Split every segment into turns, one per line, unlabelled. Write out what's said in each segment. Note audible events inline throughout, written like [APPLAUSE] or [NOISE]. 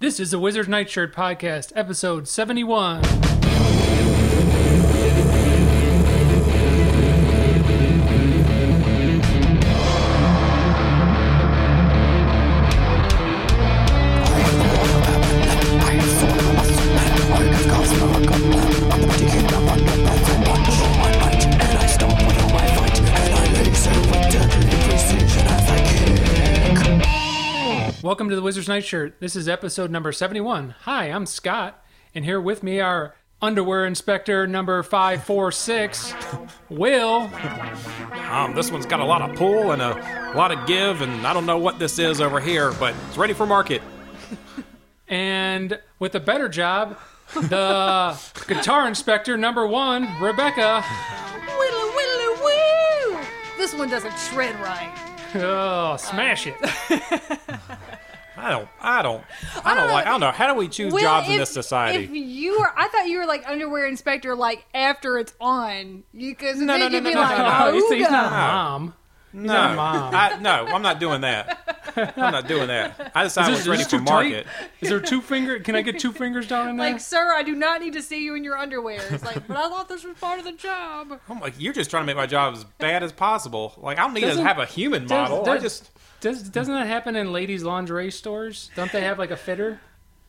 This is the Wizard's Nightshirt Podcast, episode 71. Welcome to the Wizard's Nightshirt. This is episode number 71. Hi, I'm Scott, and here with me are underwear inspector number 546, Will.
Um, this one's got a lot of pull and a lot of give, and I don't know what this is over here, but it's ready for market.
And with a better job,
[LAUGHS]
the guitar inspector number one, Rebecca.
Whittler, whittler, woo! This one doesn't shred right.
Oh, smash it.
I don't, I don't, I don't like, I don't know. How do we choose jobs in this society?
Uh, If you were, I thought you were like underwear inspector, like after it's on, because then
no,
you'd
no,
be
no,
like,
no,
he's, he's not a
"Ooga."
mom.
no,
not mom.
I, no, I'm not doing that. I'm not doing that. I decided
Is
it's
this-
ready
is this
for
too
market.
tight? Is there two finger? Can I get two fingers down in there?
like, sir, I do not need to see you in your underwear. It's like, but I thought this was part of the job.
I'm like, you're just trying to make my job as bad as possible. Like, I don't need
Doesn't-
to have a human
does-
model. I
does-
just,
Does doesn't that happen in ladies' lingerie stores? Don't they have like a fitter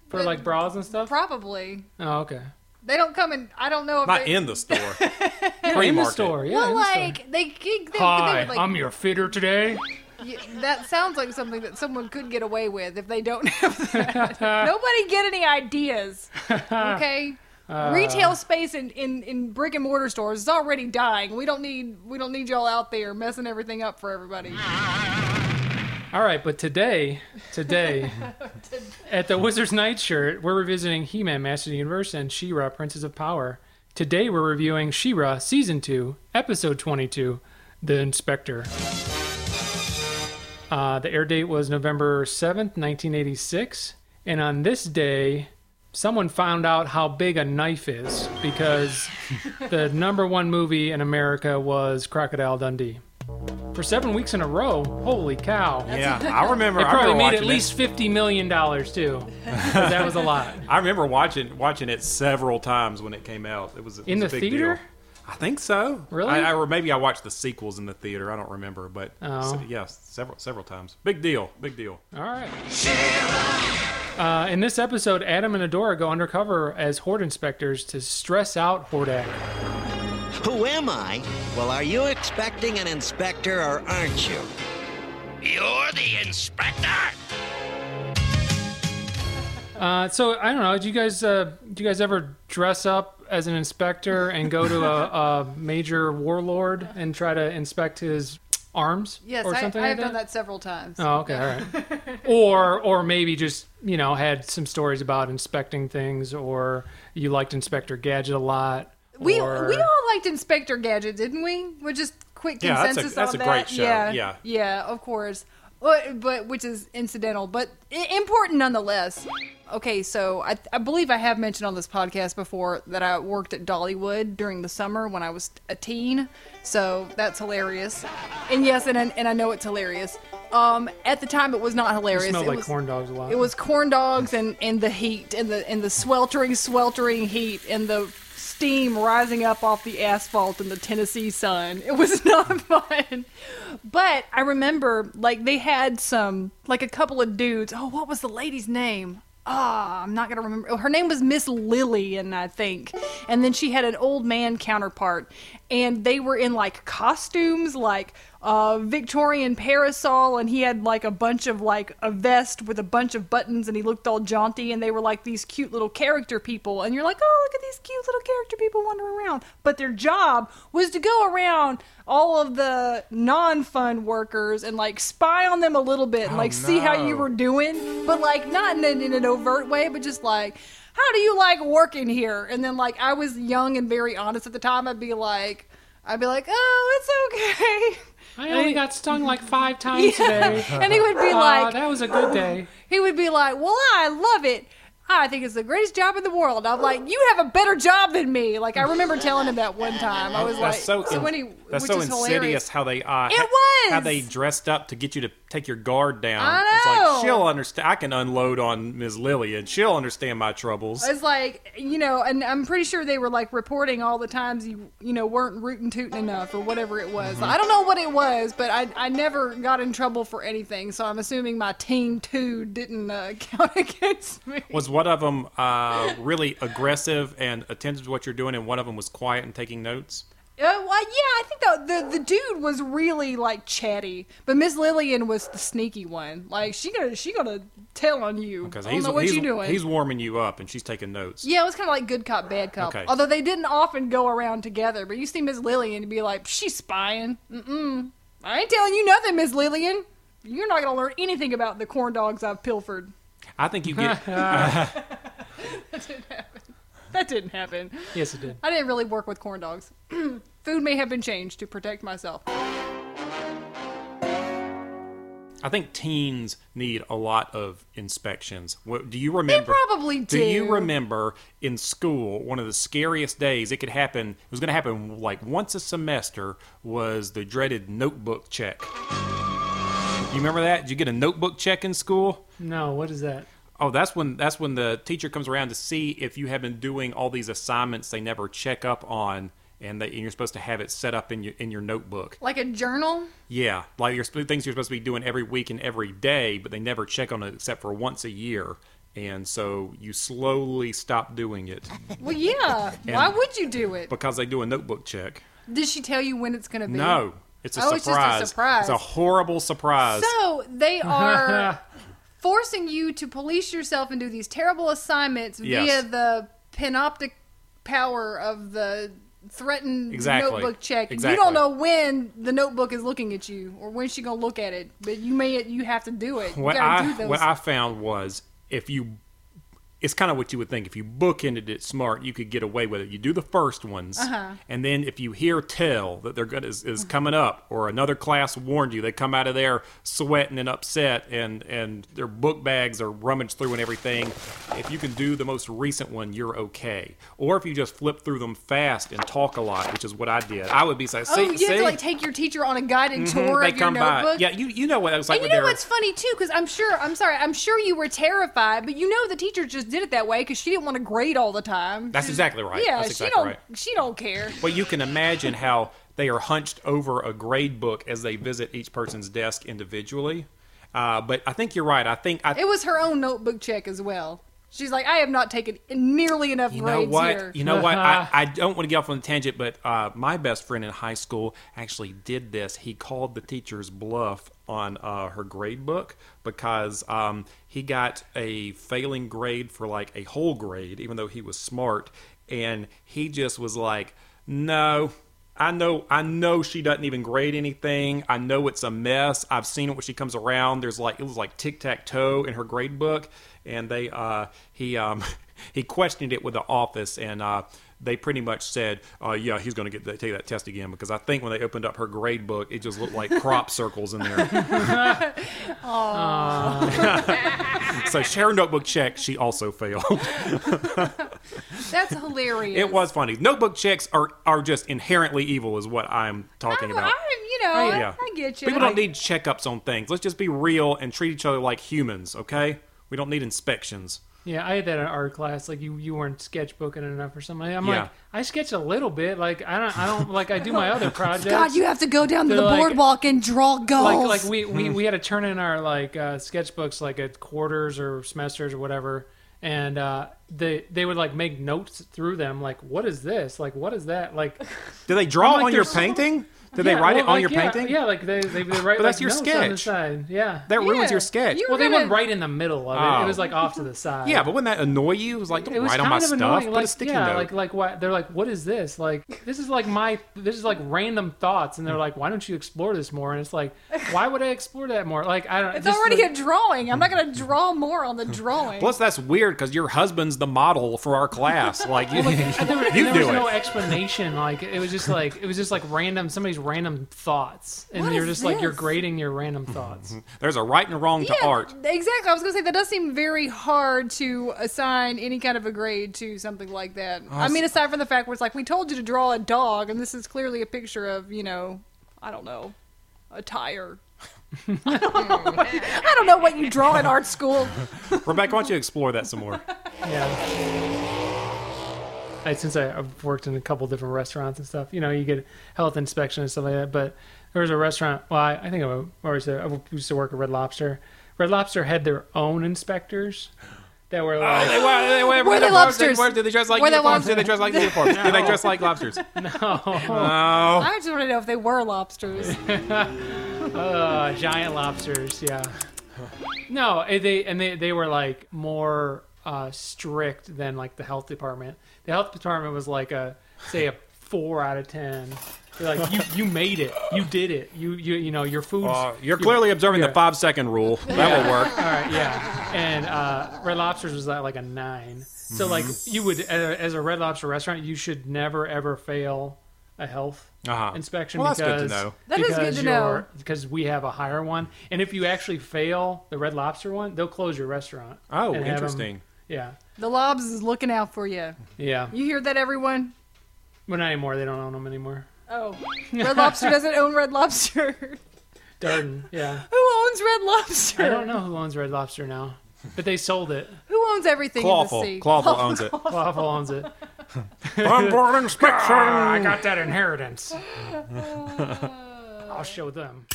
for like bras and stuff?
Probably
Oh, okay.
they don't come in. I don't know if
not
they,
in the
[LAUGHS]
store.
Yeah, Oh, in the
Pre-market.
store. Yeah.
Well,
in the store.
like they, they, they,
Hi,
they would, like,
I'm your fitter today.
y- that sounds like something that someone could get away with if they don't
[LAUGHS]
have that. Nobody get any ideas.
Ah.
Okay. Retail space in, in, in brick and mortar stores is already dying. We don't need we don't need y'all out there messing everything up for everybody.
All right, but today, today, at the Wizard's Nightshirt, we're revisiting He-Man, Master of the Universe, and She-Ra, Princess of Power. Today, we're reviewing She-Ra Season Two, Episode Twenty-Two, The Inspector. Uh, the air date was November 7th, 1986. And on this day, someone found out how big a knife is because the number one movie in America was Crocodile Dundee. For seven weeks in a row, holy cow.
Yeah, I remember.
It
I remember
probably made
watching
at
it.
least $50 million, too. 'cause that was a lot.
[LAUGHS] I remember watching watching it several times when it came out. It was it
In
was
the
a big
theater?
Deal. I think so.
Really?
I, I, or maybe I watched the sequels in the theater. I don't remember, but
Oh.
so- yeah, several several times. Big deal. Big deal.
All right. Uh, in this episode, Adam and Adora go undercover as Horde inspectors to stress out Hordak.
Who am I? Well, are you expecting an inspector or aren't you?
You're the inspector?
Uh, so I don't know. Do you guys uh, do you guys ever dress up as an inspector and go to
[LAUGHS]
a, a major warlord and try to inspect his arms?
Yes,
or
I,
something
I have
like
done that several times.
Oh, okay, all right.
[LAUGHS]
or or maybe just you know had some stories about inspecting things, or you liked Inspector Gadget a lot.
we
or-
we all liked Inspector Gadget, didn't we? We're just quick
Yeah, that's a-
consensus
that's
on
a
that.
great show,
Yeah,
yeah.
yeah, of course. But, but which is incidental, but i- important nonetheless. Okay, so I, I believe I have mentioned on this podcast before that I worked at Dollywood during the summer when I was a teen. So that's hilarious, and yes, and I- and I know it's hilarious. Um, at the time, it was not hilarious.
It smelled
It
like
was-
corn dogs a lot.
it was corn dogs and, and the heat and the and the sweltering sweltering heat and the steam rising up off the asphalt in the Tennessee sun. It was [LAUGHS] not fun. But I remember like they had some like a couple of dudes. Oh, what was the lady's name? Ah, I'm not gonna remember. oh, Her name was Miss Lillian, I think. And then she had an old man counterpart, and they were in like costumes, like uh, Victorian parasol, and he had like a bunch of like a vest with a bunch of buttons, and he looked all jaunty. And they were like these cute little character people, and you're like, oh, look at these cute little character people wandering around. But their job was to go around all of the non-fun workers and like spy on them a little bit, and like see how you
no.
were doing, but like not in an, in an overt way, but just like, how do you like working here? And then like I was young and very honest at the time. I'd be like, I'd be like, oh, it's okay.
I only got stung like
[LAUGHS]
five times today.
[LAUGHS]
and he would be
Aw,
like,
that was a good day.
he would be like, well, I love it. I think it's the greatest job in the world. I'm like, you have a better job than me. Like I remember telling him that one time. I was like,
That's so, in-
when he,
that's
which
so
is
insidious
hilarious.
how they uh,
It
ha- how
was!
they dressed up to get you to take your guard down.
I
It's
know.
like she'll understand. I can unload on Ms. Lily and she'll understand my troubles.
It's like you know, and I'm pretty sure they were like reporting all the times you you know weren't rootin' tootin' enough or whatever it was.
Mm-hmm.
I don't know what it was, but I I never got in trouble for anything, so I'm assuming my team two didn't uh, [LAUGHS] count against me.
Was one of them uh, really aggressive and attentive to what you're doing, and one of them was quiet and taking notes?
Uh, well, yeah, I think the, the the dude was really like chatty, but Miss Lillian was the sneaky one. Like she gonna she gonna tell on you.
Because
I don't
he's
know what
he's,
you doing.
he's warming you up, and she's taking notes.
yeah, it was kind of like good cop bad cop.
Okay.
Although they didn't often go around together, but you see Miss Lillian and be like, she's spying. Mm-mm. I ain't telling you nothing, Miss Lillian. You're not gonna learn anything about the corn dogs I've pilfered. [LAUGHS]
I think you get
That didn't happen.
Yes, it did.
I didn't really work with corn dogs. [CLEARS THROAT] Food may have been changed to protect myself.
I think teens need a lot of inspections. What, do you
They
remember?
probably do.
do you remember in school one of the scariest days it could happen? It was going to happen like once a semester was the dreaded notebook check. You remember that? Did you get a notebook check in school?
No, what is that?
Oh, that's when that's when the teacher comes around to see if you have been doing all these assignments they never check up on, and, they, and you're supposed to have it set up in your in your notebook.
Like a journal.
Yeah, like your sp- things you're supposed to be doing every week and every day, but they never check on it except for once a year, and so you slowly stop doing
[LAUGHS]
it
Well, yeah.
[LAUGHS]
Why would you do it?
because they do a notebook check.
Did she tell you when it's going to be?
No, it's a surprise.
Oh, it's just a surprise.
It's a horrible surprise.
So
[LAUGHS]
they are forcing you to police yourself and do these terrible assignments via
Yes.
the panoptic power of the threatened
Exactly.
notebook check. You
Exactly.
don't know when the notebook is looking at you or when she's going to look at it, but you may you have to do it. You
what
gotta
I
do those.
what I found was if you it's kind of what you would think if you bookended it smart you could get away with it you do the first ones
Uh-huh.
and then if you hear tell that they're good is, is coming up or another class warned you they come out of there sweating and upset and and their book bags are rummaged through and everything if you can do the most recent one you're okay or if you just flip through them fast and talk a lot which is what i did i would be like
oh,
see,
you
see? Mm-hmm.
have to like take your teacher on a guided tour
they
of your
come
notebook.
by yeah you you know what it was like
And you
when
know
they're-
what's funny too, because I'm sure I'm sorry, I'm sure you were terrified, but you know the teacher just did it that way because she didn't want to grade all the time.
That's
She's-
exactly right.
Yeah,
That's
she
exactly
don't
right.
she don't care.
But you can imagine how they are hunched over a grade book as they visit each person's desk individually. Uh, but I think you're right. I think I,
It was her own notebook check as well. She's like, I have not taken nearly enough
you know
grades
what
here.
[LAUGHS] you know what
[LAUGHS]
I, I don't want to get off on a tangent, but uh, my best friend in high school actually did this. He called the teacher's bluff on uh, her grade book because um, he got a failing grade for like a whole grade, even though he was smart, and he just was like, no. I know I know she doesn't even grade anything. I know it's a mess. I've seen it when she comes around. There's like it was like tic tac toe in her grade book and they uh he um [LAUGHS] he questioned it with the office and uh they pretty much said, uh, "Yeah, he's going to get that, take that test again because I think when they opened up her grade book, it just looked like crop circles in there." [LAUGHS] so share notebook check. She also failed. [LAUGHS]
That's hilarious.
it was funny. Notebook checks are are just inherently evil, is what I'm
I,
talking about.
I- you know, I-
Yeah.
I get you.
People don't need checkups on things. Let's just be real and treat each other like humans, okay? We don't need inspections.
Yeah, I had that in art class. Like you, you weren't sketchbooking enough or something. I'm
Yeah.
like, I sketch a little bit. Like I don't, I don't like I do my other projects.
[LAUGHS] God, you have to go down to
They're
the
like-
boardwalk and draw goals.
like like we, we
Hmm.
we had to turn in our like uh, sketchbooks like at quarters or semesters or whatever and uh, they they would like make notes through them like what is this like what is that
[LAUGHS]
like
Do they
I'm
draw
like,
on your
there's-
painting? Do they
Yeah,
write
well,
it on
like,
your
yeah,
painting?
yeah like they they, they write
But that's
like,
your
notes on the
sketch.
side yeah
That ruins
Yeah.
your sketch.
You-
well they
We're
went
gonna-
right in the middle of it
Oh.
it was like off to the side
yeah, but wouldn't that annoy you? It was like, don't
it was
write on
kind
my
of
stuff.
annoying.
Put
like,
a sticky
yeah,
note.
like like what? They're like, what is this? Like this is like my this is like random thoughts,
Hmm.
and they're like, why don't you explore this more? And it's like, why would I explore that more? Like I don't.
it's
just
already
like-
a drawing. I'm not going to draw more on the drawing.
Plus, that's weird because your husband's is the model for
[LAUGHS]
our class. Like, you,
There, was-
you
there was
do
no
it.
explanation. Like it was just like it was just like random somebody's random thoughts, and
What
you're
is
just like you're
this?
grading your random thoughts.
There's a right and a wrong to art.
Exactly. I was gonna say that does seem very hard to assign any kind of a grade to something like that.
Oh,
I mean, aside from the fact where it's like we told you to draw a dog, and this is clearly a picture of you know, I don't know, a tire. I don't know what you draw in art school.
Rebecca, why don't you explore that some
[LAUGHS]
more?
yeah. I, since I, I've worked in a couple different restaurants and stuff, you know, you get health inspection and stuff like that. But there was a restaurant. Well, I, I think I always said I used to work at Red Lobster. Red Lobster had their own inspectors that were like,
They wear, they wear,
Were they
uniforms.
lobsters?
wear- did they dress like
Were they
uniforms?
lobsters?
Did they dress like uniforms? Did they dress like lobsters? [LAUGHS] No.
I just want to know if they were lobsters.
uh, giant lobsters. Yeah. No, and they and they they were like more uh, strict than like the health department. The health department was like a say a four out of ten. They're like you you made it. You did it. You you you know your food's
Uh, you're clearly observing the
yeah.
five second rule. That will work.
All right, yeah. And uh, Red Lobster's was at like a nine. So like
Mm-hmm.
you would, a- as a Red Lobster restaurant, you should never ever fail a health
Uh-huh.
inspection
Well, that's
because
good to know.
That is good
because
to
you're-
know.
because we have a higher one. And if you actually fail the Red Lobster one, they'll close your restaurant.
[LAUGHS] Oh,
and have 'em-
interesting.
yeah,
the lobs is looking out for you.
yeah.
You hear that, everyone?
But not anymore. They don't own them anymore.
Oh, Red Lobster doesn't own Red Lobster. [LAUGHS]
Darden. Yeah.
Who owns Red Lobster?
I don't know who owns Red Lobster now, but they sold it.
Who owns everything in the
Clawful.
sea? [LAUGHS]
Clawful owns it.
Waffle owns it.
Onboard
I
inspection.
got that inheritance. I'll show them.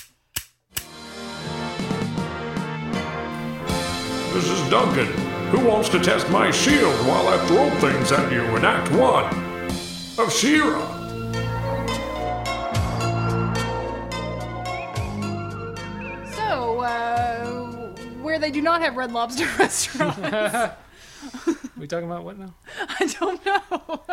Mrs. Duncan, who wants to test my shield while I throw things at you in Act 1 of Shira?
So, uh, where they do not have Red Lobster [LAUGHS] restaurant,
[LAUGHS] We talking about what now?
I don't know. [LAUGHS]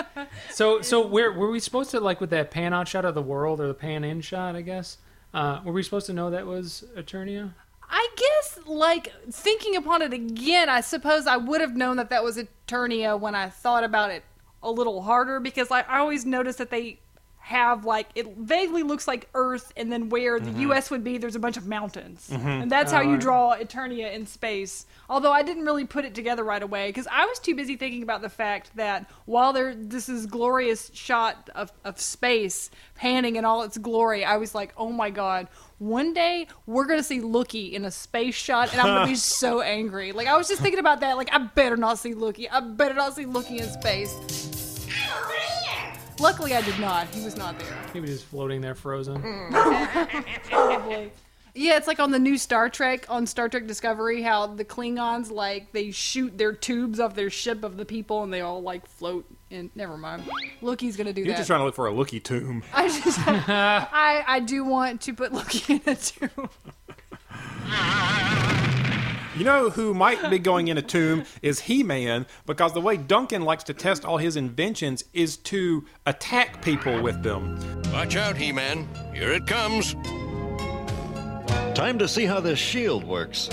So, so where were we supposed to like with that pan out shot of the world or the pan in shot? I guess. Uh, were we supposed to know that was Eternia?
I guess, like thinking upon it again, I suppose I would have known that that was Eternia when I thought about it a little harder because like, I always notice that they have like it vaguely looks like Earth, and then where the U.S. would be, there's a bunch of mountains, and that's how you draw Eternia in space. Although I didn't really put it together right away because I was too busy thinking about the fact that while there this is glorious shot of of space panning in all its glory, I was like, oh my god. One day we're gonna see Lookie in a space shot, and I'm gonna be so angry. Like I was just thinking about that. Like I better not see Lookie. I better not see Lookie in space. Luckily, I did not. He was not there.
He was just floating there, frozen.
Yeah, it's like on the new Star Trek, on Star Trek Discovery, how the Klingons like they shoot their tubes off their ship of the people, and they all like float. And never mind, Lookie's gonna do
You're
that.
just trying to look for a looky tomb.
[LAUGHS] I just, I, I do want to put Loki in a tomb.
You know who might be going in a tomb is He Man, because the way Duncan likes to test all his inventions is to attack people with them.
Watch out, He Man. Here it comes.
Time to see how this shield works.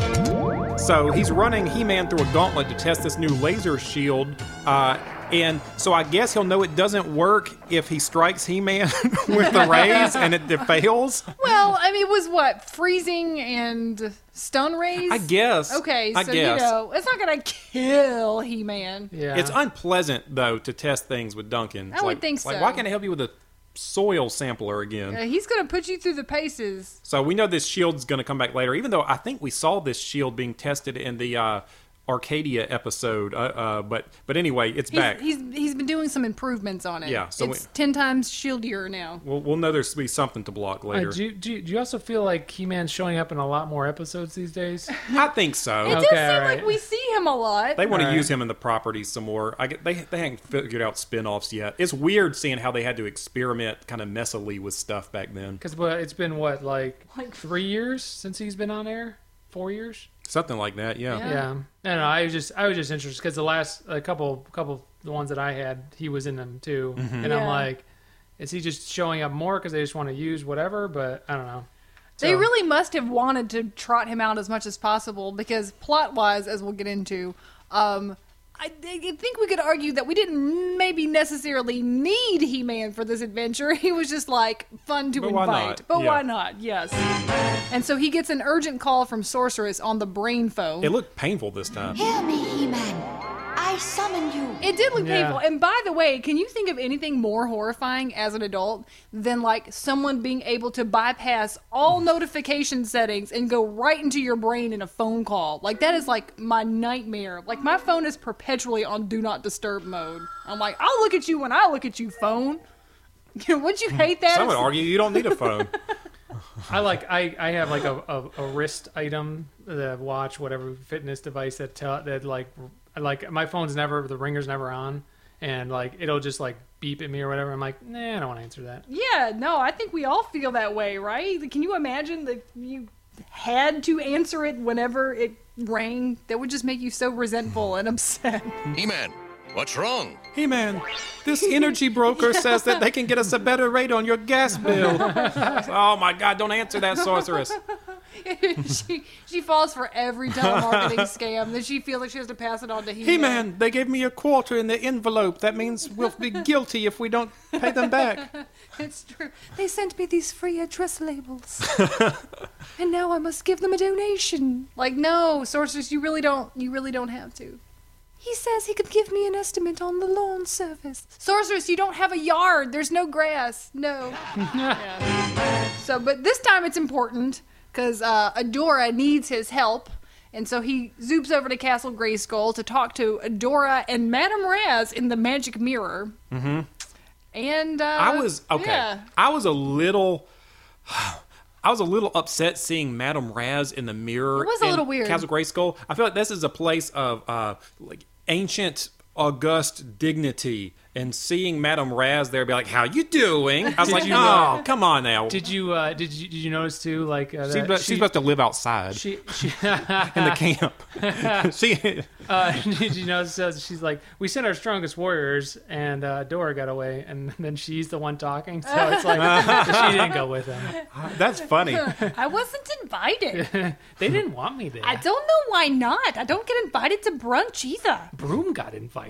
So he's running He Man through a gauntlet to test this new laser shield. Uh, and so I guess he'll know it doesn't work if he strikes He Man [LAUGHS] with the rays and it, it fails.
Well, I mean, it was what freezing and stun rays.
I guess.
Okay,
I
so
guess.
you know, it's not gonna kill He Man.
Yeah,
It's unpleasant though to test things with Duncan. It's
would
like-
think
Like,
so.
why can't I help you with a soil sampler again?
He's gonna put you through the paces.
So we know this shield's going to come back later, even though I think we saw this shield being tested in the uh, Arcadia episode. Uh, uh, but but anyway, it's
He's,
back.
he's he's been doing some improvements on it.
Yeah, so
it's
we-
ten times shieldier now.
We'll, we'll know there's be something to block
Uh,
later.
do, you, do, you, do you also feel like Key Man's showing up in a lot more episodes these days?
I think so.
It
Okay,
does seem
alright.
like we see him a lot.
They want to
Alright.
use him in the properties some more. I get, they they haven't figured out spin-offs yet. It's weird seeing how they had to experiment kind of messily with stuff back then.
Because well, it's been what like, three years since he's been on air, four years.
Something like that, yeah.
Yeah.
Yeah, I don't know. I was just I was just interested because the last a couple couple the ones that I had, he was in them too,
Mm-hmm.
and I'm
Yeah.
like, is he just showing up more because they just want to use whatever? But I don't know.
They
So-
really must have wanted to trot him out as much as possible because plot wise, as we'll get into, um, I thi- I think we could argue that we didn't maybe necessarily need He Man for this adventure. [LAUGHS] He was just like fun to
But why
invite.
not?
But
Yeah.
why not? Yes. And so he gets an urgent call from Sorceress on the brain phone.
It looked painful this time.
Hear me, He-Man. I summon you.
It did look
Yeah.
painful. And by the way, can you think of anything more horrifying as an adult than like someone being able to bypass all notification settings and go right into your brain in a phone call? Like that is like my nightmare. Like my phone is perpetually on do not disturb mode. I'm like, I'll look at you when I look at you, phone. [LAUGHS] Would you hate that?
Some would argue you don't need a
[LAUGHS]
phone.
I like I, I have like a, a, a wrist item, the watch, whatever fitness device that tell that like like my phone's never the ringer's never on, and like it'll just like beep at me or whatever. I'm like, nah, I don't want to answer that.
yeah, no, I think we all feel that way, right? Can you imagine that you had to answer it whenever it rang? That would just make you so resentful and upset.
He Man, what's wrong?
Hey man, this energy broker says that they can get us a better rate on your gas bill. oh my god, don't answer that sorceress.
[LAUGHS] she she falls for every telemarketing scam. Then she feels like she has to pass it on to he
Hey man, they gave me a quarter in the envelope. That means we'll be guilty if we don't pay them back.
It's true. They sent me these free address labels, and now I must give them a donation. Like, no, sorceress, you really don't. You really don't have to. He says he could give me an estimate on the lawn service. Sorceress, you don't have a yard. There's no grass. No. [LAUGHS] Yeah. So, but this time it's important because uh, Adora needs his help. And so he zoops over to Castle Grayskull to talk to Adora and Madame Raz in the magic mirror. Mm-hmm. And uh,
I was okay.
yeah.
I was a little [SIGHS] I was a little upset seeing Madame Raz in the mirror.
It was a
in
little weird.
Castle Grayskull. I feel like this is a place of uh, like ancient august dignity, and seeing Madame Raz there, be like, "How you doing?" I was like,
you,
"Oh, come on now."
Did you uh, did you did you notice too like uh,
she's,
that
about, she's about to live outside
she, she,
[LAUGHS] in the
[LAUGHS]
camp. she,
uh, did you notice uh, she's like we sent our strongest warriors and uh, Dora got away and [LAUGHS] then she's the one talking so it's like she didn't go with them.
that's
[LAUGHS]
funny.
I wasn't invited.
They didn't want me there.
I don't know why not. I don't get invited to brunch either.
Broom got invited.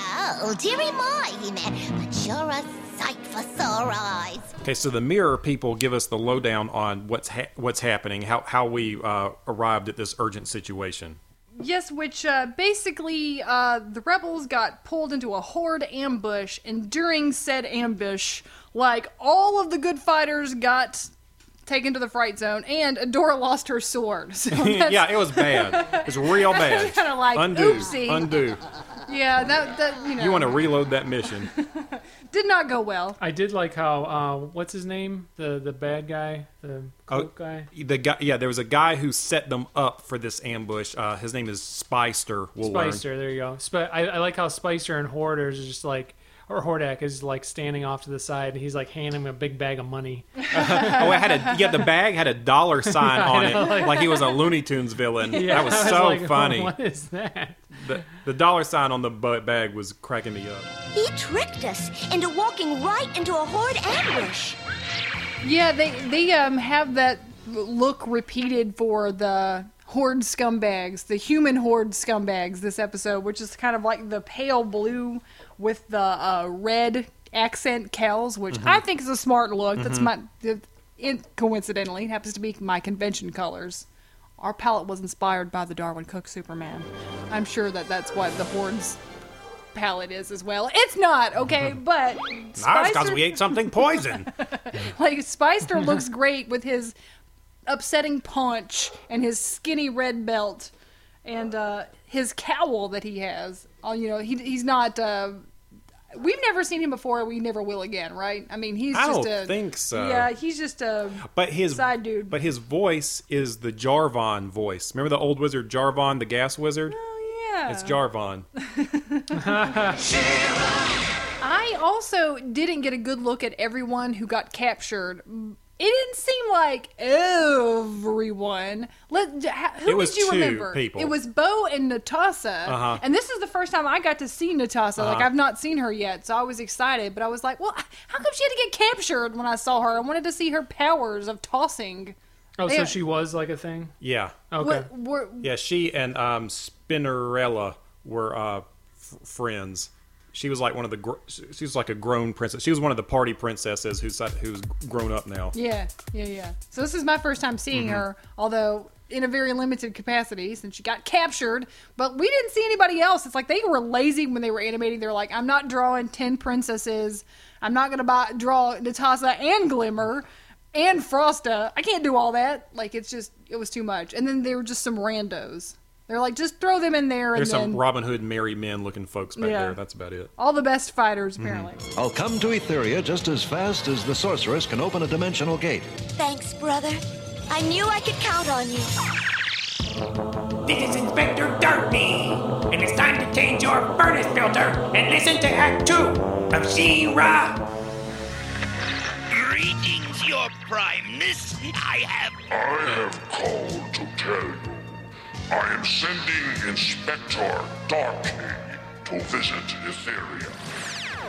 Oh, dearie my, He-Man. But you're a sight for sore eyes.
Okay, so the mirror people give us the lowdown on what's ha- what's happening, how how we uh, arrived at this urgent situation. [LAUGHS]
Yes, which uh, basically uh, the rebels got pulled into a horde ambush, and during said ambush, like all of the good fighters got taken to the fright zone, and Adora lost her sword. [LAUGHS] So
[LAUGHS]
that's,
yeah, it was bad. It's real bad.
Kinda like,
undo,
oopsie.
undo.
yeah, that that you know
You want to reload that mission?
did not go well.
[LAUGHS] I did like how uh, what's his name the the bad guy the cloak guy.
The guy, yeah, there was a guy who set them up for this ambush. Uh, his name is Spicer. We'll learn.
Spicer, there you go. Sp- I, I like how Spicer and Hoarders is just like, or Hordak is like standing off to the side, and he's like handing him a big bag of money. [LAUGHS]
Oh, it had a yeah. The bag had a dollar sign on it, like, he was a Looney Tunes villain. that was,
I
so
like, [LAUGHS]
funny.
What is that?
The, the dollar sign on the bu- bag was cracking me up.
He tricked us into walking right into a horde ambush.
Yeah, they they um have that look repeated for the horde scumbags, the human horde scumbags this episode, which is kind of like the pale blue with the uh, red accent cows, which I think is a smart look. That's my it, it- coincidentally it happens to be my convention colors. Our palette was inspired by the Darwin Cook Superman. I'm sure that that's what the horde's palette is as well. It's not okay, but
Ah, it's because
Spicer-
we ate something poison. [LAUGHS]
like Spicer looks great with his upsetting paunch and his skinny red belt and uh, his cowl that he has. Oh, you know, he, he's not. Uh, we've never seen him before. We never will again, right? I mean, he's
I
just
don't
a.
think so.
Yeah, he's just a.
But his
Side dude.
But his voice is the Jarvon voice. Remember the old wizard Jarvon, the gas wizard?
Oh yeah.
It's
[LAUGHS]
Jarvon.
I also didn't get a good look at everyone who got captured. It didn't seem like everyone. Let, ha- who
It was
did you
two
remember?
people.
It was Bo and Natasa.
Uh-huh.
And this is the first time I got to see Natasa. Like I've not seen her yet, so I was excited. But I was like, well, how come she had to get captured when I saw her? I wanted to see her powers of tossing.
Oh,
Yeah.
so she was like a thing.
Yeah.
Okay.
What, were,
Yeah, she and um, Spinnerella were uh, f- friends. She was like one of the. Gr- she was like a grown princess. She was one of the party princesses who's who's grown up now.
Yeah, yeah, yeah. So this is my first time seeing
Mm-hmm.
her, although in a very limited capacity since she got captured. But we didn't see anybody else. It's like they were lazy when they were animating. They're like, I'm not drawing ten princesses. I'm not gonna buy, draw Natasa and Glimmer and Frosta. I can't do all that. Like it's just it was too much. And then they were just some randos. They're like, just throw them in there
There's
and
some
then
Robin Hood merry men looking folks back
Yeah.
there. That's about it.
all the best fighters
Mm-hmm.
apparently.
I'll come to Etheria just as fast as the sorceress can open a dimensional gate.
Thanks, brother. I knew I could count on you.
This is Inspector Darkney, and it's time to change your furnace filter and listen to Act 2 of She-Ra.
Greetings, your primeness. I have.
I have called to tell you. I am sending Inspector Darkney to visit Etheria.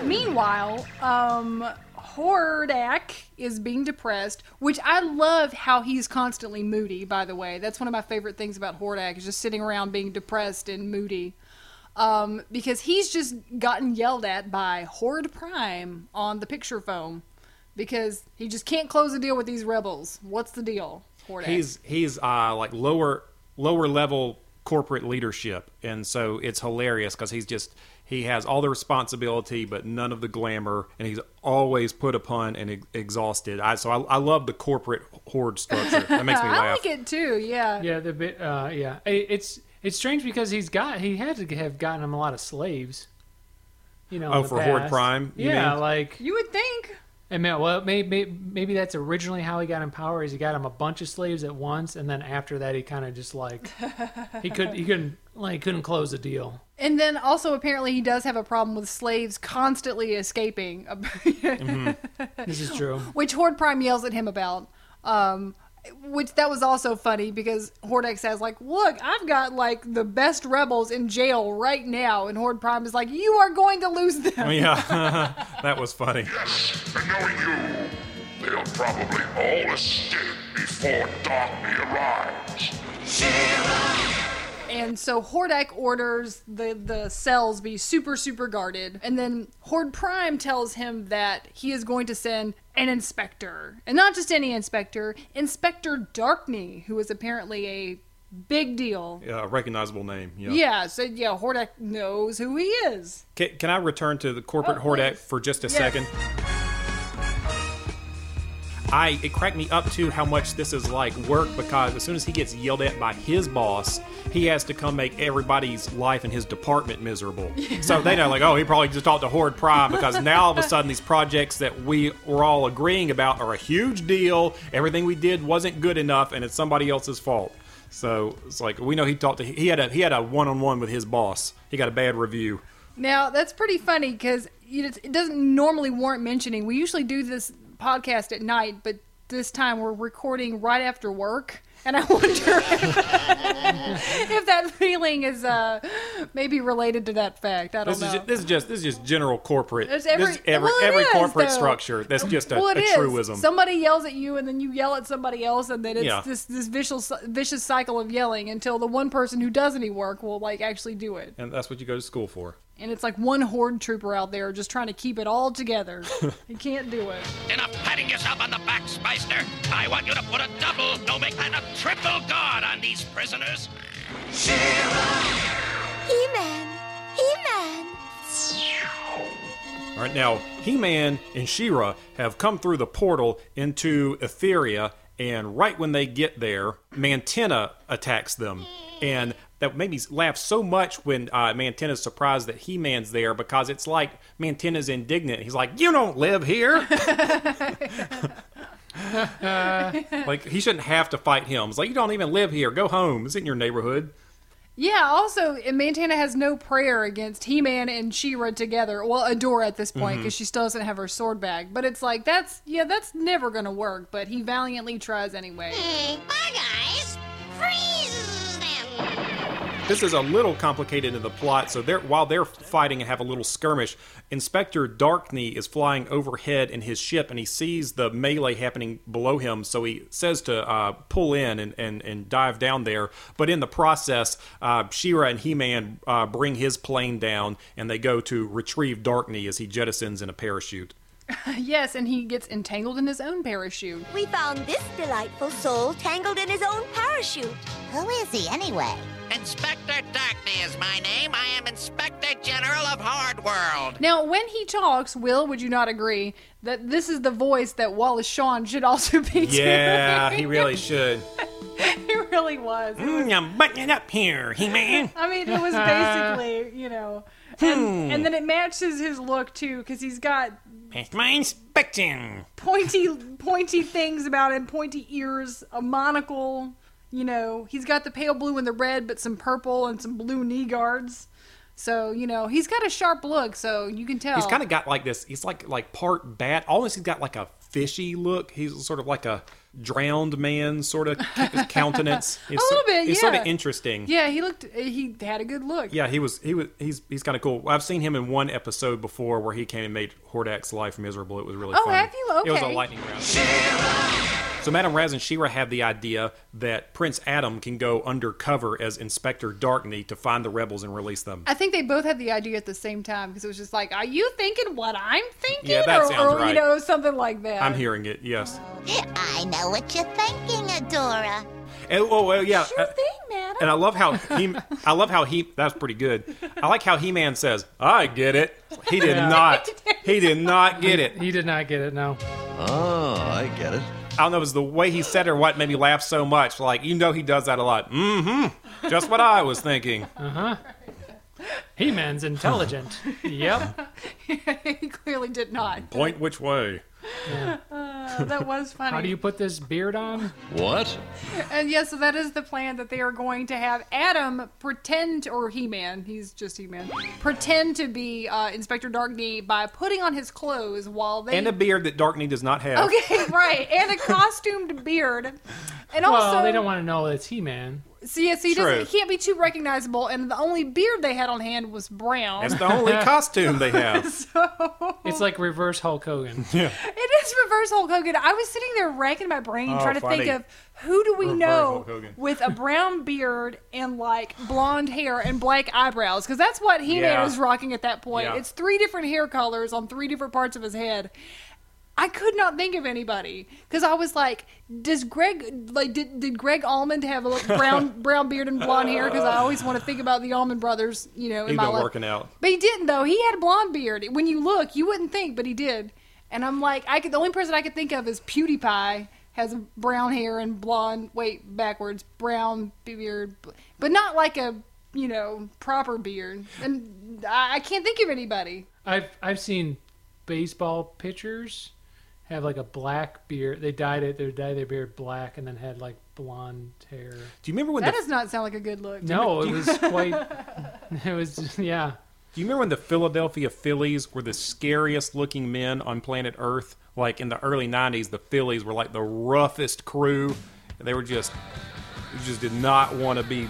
Meanwhile, um, Hordak is being depressed, which I love how he's constantly moody, by the way. That's one of my favorite things about Hordak, is just sitting around being depressed and moody. Um, because he's just gotten yelled at by Horde Prime on the picture phone because he just can't close a deal with these rebels. What's the deal, Hordak?
He's he's uh, like lower lower level corporate leadership, and so it's hilarious because he's just he has all the responsibility but none of the glamour, and he's always put upon and ex- exhausted. I, so I, I love the corporate horde structure. That makes me laugh.
[LAUGHS] I like it too, yeah.
Yeah, the bit. Uh, yeah, I- it's it's strange because he's got he had to have gotten him a lot of slaves. You know. in
Oh,
the
for Horde
past.
Prime, you
Yeah,
mean?
like
You would think.
I mean, well, maybe maybe that's originally how he got in power. Is he got him a bunch of slaves at once, and then after that, he kind of just like he could he couldn't like couldn't close the deal.
And then also apparently he does have a problem with slaves constantly
[LAUGHS]
escaping. [LAUGHS]
This is true.
which Horde Prime yells at him about. Um, which that was also funny because Hordak says like, "Look, I've got like the best rebels in jail right now," and Horde Prime is like, "You are going to lose them."
[LAUGHS] Oh, Yeah, [LAUGHS] that was funny.
Yes, and knowing you, they'll probably all escape before Darkney arrives.
And so Hordak orders the the cells be super super guarded, and then Horde Prime tells him that he is going to send an inspector, and not just any inspector, Inspector Darkney, who is apparently a big deal.
Uh, recognizable name. Yeah.
Yeah, so yeah, Hordak knows who he is.
Can, can I return to the corporate
Oh,
Hordak
please.
for just a
Yes.
second? I it cracked me up too how much this is like work because as soon as he gets yelled at by his boss, he has to come make everybody's life in his department
[LAUGHS]
miserable. so they know like, oh, he probably just talked to Horde Prime because now all of a sudden these projects that we were all agreeing about are a huge deal. Everything we did wasn't good enough, and it's somebody else's fault. So it's like we know he talked to he had a he had a one on one with his boss. He got a bad review.
Now that's pretty funny because it doesn't normally warrant mentioning. We usually do this podcast at night, but this time we're recording right after work, and I [LAUGHS] wonder if, if that feeling is uh, maybe related to that fact. I don't
This
know.
is, just, this is just this is just general corporate.
It's
every,
every-
this is every,
well, it
every
is,
corporate
though.
structure. That's just a,
well, it
a
is.
truism.
Somebody yells at you, and then you yell at somebody else, and then it's
Yeah.
this this vicious vicious cycle of yelling until the one person who does any work will like actually do it.
and that's what you go to school for.
And it's like one horde trooper out there just trying to keep it all
[LAUGHS]
together. he can't do it.
Enough patting yourself on the back, Spicer. I want you to put a double, no make that a triple guard on these prisoners.
He-Man! He-Man!
All right, now He-Man and She-Ra have come through the portal into Etheria, and right when they get there, Mantena attacks them, and that made me laugh so much when uh, Mantena's surprised that He-Man's there because it's like Mantena's indignant. He's like, "You don't live here." like he shouldn't have to fight him. It's like you don't even live here. Go home. It's in your neighborhood.
Yeah, also, and Montana has no prayer against He Man and She Ra together. Well, Adora at this point, because she still doesn't have her sword back. But it's like, that's, yeah, that's never going to work. But he
[LAUGHS] Hmm,
valiantly tries anyway.
Bug Eyes freezes them!
This is a little complicated in the plot. So they're, while they're fighting and have a little skirmish, Inspector Darkney is flying overhead in his ship and he sees the melee happening below him. So he says to uh, pull in and, and, and dive down there. But in the process, uh, Shira and He Man uh, bring his plane down and they go to retrieve Darkney as he jettisons in a parachute.
Yes, and he gets entangled in his own parachute.
We found this delightful soul tangled in his own parachute. Who is he anyway?
Inspector Darkney is my name. I am Inspector General of Hard World.
Now, when he talks, Will, would you not agree that this is the voice that Wallace Shawn should also be
Yeah,
doing?
he really should.
[LAUGHS] he really was.
Mm, I'm buttoning up here, He Man.
I mean, it was basically, you know, and, and then it matches his look too because he's got
Past my inspection.
pointy, pointy things about him, pointy ears, a monocle. You know, he's got the pale blue and the red, but some purple and some blue knee guards. So you know, he's got a sharp look. So you can tell
He's kind of got like this. He's like like part bat. Almost he's got like a fishy look. He's sort of like a drowned man sort of
[LAUGHS]
countenance. He's
A little
so-
bit,
He's sort
yeah.
of interesting.
Yeah, he looked. He had a good look.
Yeah, he was he was he's he's kind of cool. I've seen him in one episode before where he came and made Hordak's life miserable. It was really
Oh,
funny.
have you?
It was a
Okay.
lightning round. So Madame Raz and Shira have the idea that Prince Adam can go undercover as Inspector Darkney to find the rebels and release them.
I think they both had the idea at the same time because it was just like, "Are you thinking what I'm thinking?"
Yeah, that
or,
sounds
or,
right.
you know, something like that.
I'm hearing it. Yes.
Oh.
I know what you're thinking, Adora.
And- oh, well, yeah.
Sure thing, madam.
And I love how he. I love how he. That's pretty good. I like how He Man says, "I get it." He did
[LAUGHS]
not. He did not get it.
He did not get it. No.
Oh, I get it.
I don't know. It was the way he said it or what made me laugh so much. Like you know, he does that a lot. Mm-hmm. Just what I was thinking.
He Man's intelligent. yep.
[LAUGHS] he clearly did not.
Point which way?
[LAUGHS] Uh, that was funny.
How do you put this beard on?
What?
And yes, so that is the plan that they are going to have Adam pretend, or He Man, he's just He Man, pretend to be uh, Inspector Darkney by putting on his clothes while they.
And a beard that Darkney does not have.
Okay, [LAUGHS] right, and a costumed beard, and
Well,
also
they don't want to know it's He Man.
So yeah, so he doesn't,
True.
he can't be too recognizable, and the only beard they had on hand was brown.
That's the
[LAUGHS]
only costume they have.
so
It's like reverse Hulk Hogan.
it is reverse Hulk Hogan. I was sitting there racking my brain
Oh,
trying to
funny.
think of who do we
Reverse Hulk
know
Hogan.
with a brown beard and like blonde hair and black eyebrows because that's what He Man
Yeah.
was rocking at that point.
Yeah.
It's three different hair colors on three different parts of his head. I could not think of anybody because I was like, does Greg like did, did Greg Almond have a
[LAUGHS]
little brown brown beard and blonde hair? Because I always want to think about the Almond brothers, you know, in
He's
my
been
life.
working out.
But he didn't though. He had a blonde beard. When you look, you wouldn't think, but he did. And I'm like, I could. The only person I could think of is PewDiePie. Has brown hair and blonde. Wait, backwards, brown beard, but not like a you know proper beard. And I, I can't think of anybody.
I've I've seen baseball pitchers have like a black beard. They dyed it. They dyed their beard black and then had like blonde hair.
Do you remember when
That
the
does not sound like a good look.
No, it was
[LAUGHS]
quite. It was yeah.
Do you remember when the Philadelphia Phillies were the scariest looking men on planet Earth? Like in the early '90s, the Phillies were like the roughest crew. They were just, you just did not want to be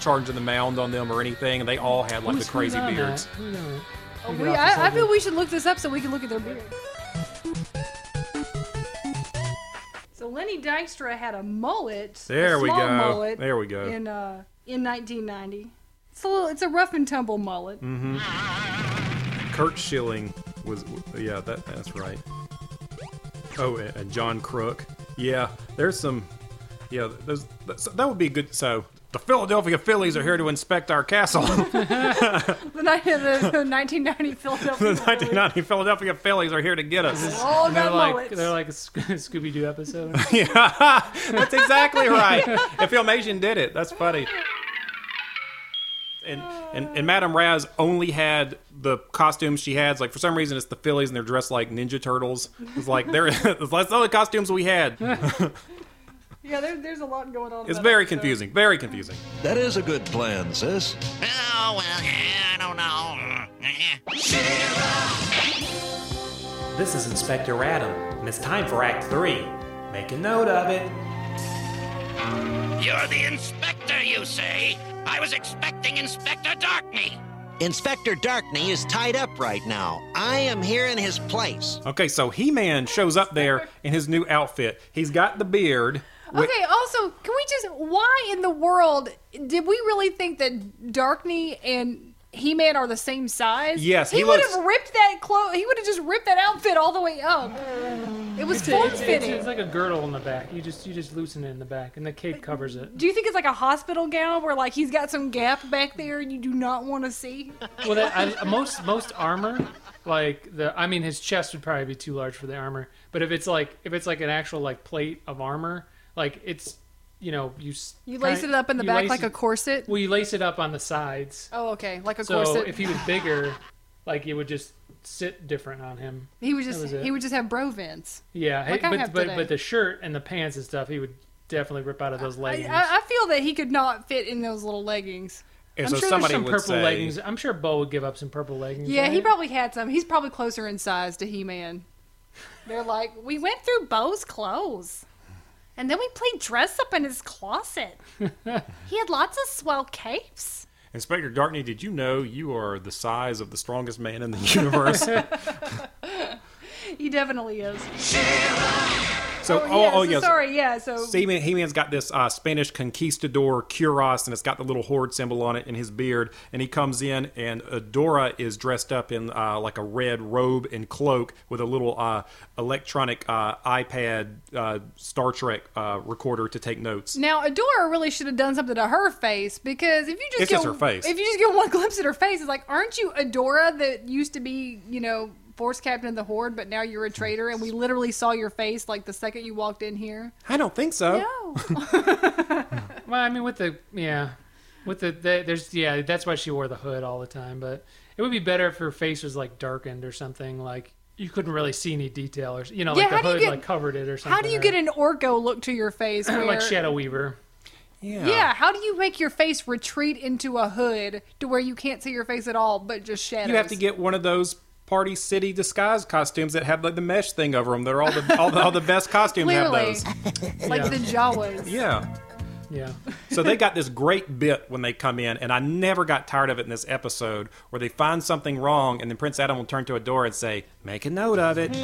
charging the mound on them or anything. And they all had like
Who's- who's
the crazy
on
beards.
that? Who's on it?
Oh,
Take it
we-
off the
I, I
subject.
feel we should look this up so we can look at their beard. So Lenny Dykstra had a mullet. a
There we
small
go.
Mullet
There we go.
In uh, in 1990, it's a little, it's a rough and tumble mullet.
Mm. Kurt Schilling was, yeah, that that's right. Oh, and, and John Crook. Yeah, there's some. Yeah, there's, that's, that would be good. So the Philadelphia Phillies are here to inspect our castle.
[LAUGHS]
[LAUGHS]
The, ni- the, the 1990 Philadelphia.
[LAUGHS] the
mullet.
1990 Philadelphia Phillies are here to get us.
All
They're
got
like
mullets.
they're like a Sc- [LAUGHS] Scooby Doo episode.
Yeah, [LAUGHS] that's exactly right. If Filmation did it, that's funny. And, and and Madame Raz only had the costumes she had. Like for some reason, it's the Phillies, and they're dressed like Ninja Turtles. It's like they're [LAUGHS] that's the only costumes we had.
yeah, there, there's a lot going on. in
It's
that
very
episode.
confusing. Very confusing.
That is a good plan, sis.
Oh, well, eh, I don't know. Eh.
This is Inspector Adam, and it's time for Act 3. Make a note of it.
You're the inspector, you say? I was expecting Inspector Darkney.
Inspector Darkney is tied up right now. I am here in his place.
Okay, so He Man shows up there in his new outfit. He's got the beard. Wh-
Okay, also, can we just. Why in the world did we really think that Darkney and He Man are the same size?
Yes,
he,
he
would
looks-
have ripped that clo He would have just ripped that outfit all the way up. It was
It's, a-
form
it's, it's,
fitting.
it's like a girdle in the back. You just you just loosen it in the back, and the cape covers it.
Do you think it's like a hospital gown where like he's got some gap back there you do not want to see?
Well, that, I, most most armor, like the, I mean, his chest would probably be too large for the armor. But if it's like if it's like an actual like plate of armor, like it's you know you s-
You lace
kinda-
it up in the
you
back
lace
like a
it-
corset.
Well, you lace it up on the sides.
Oh, okay, like a
so
corset.
if he was bigger, like it would just sit different on him.
he would
That
just
was it.
he would just have bro vents.
yeah, hey,
like I
but
have
but
today.
but the shirt and the pants and stuff, he would definitely rip out of those
I,
leggings.
I I feel that he could not fit in those little leggings.
I'm
And
sure
so
there's
somebody
some
would
purple
say-
leggings. I'm sure Bo would give up some purple leggings.
Yeah, he
right?
probably had some. He's probably closer in size to He Man. They're like, we went through Bo's clothes. And then we played dress up in his closet. he had lots of swell capes.
Inspector Darkney, did you know you are the size of the strongest man in the [LAUGHS] universe?
He definitely is.
so,
oh, yeah,
oh,
so
yes.
sorry, yeah. So
So He-Man, He-Man's got this uh, Spanish conquistador cuirass, and it's got the little horde symbol on it in his beard. And he comes in, and Adora is dressed up in uh, like a red robe and cloak with a little uh, electronic uh, iPad uh, Star Trek uh, recorder to take notes.
now Adora really should have done something to her face because if you just
It's
get
just her face.
if you just get one [LAUGHS] glimpse at her face, it's like, aren't you Adora that used to be, you know, force captain of the horde, but now you're a traitor, and we literally saw your face like the second you walked in here. Oh.
I don't think so.
No,
Well, I mean, with the yeah, with the, the there's yeah, that's why she wore the hood all the time. But it would be better if her face was like darkened or something. Like you couldn't really see any detail, or you know,
Yeah,
like the
how do you
hood
get-
like covered it or something.
how do you
or-
get an orco look to
[CLEARS THROAT]
your face? Where,
like Shadow Weaver?
Yeah.
Yeah, how do you make your face retreat into a hood to where you can't see your face at all, but just shadows?
You have to get one of those Party City disguise costumes that have like the mesh thing over them. They're all the all the, all the best costumes have
clearly,
those.
like
Yeah.
the Jawas.
[LAUGHS] Yeah.
Yeah,
So they got this great bit when they come in, and I never got tired of it in this episode, where they find something wrong, and then Prince Adam will turn to a door and say, "Make a note of it."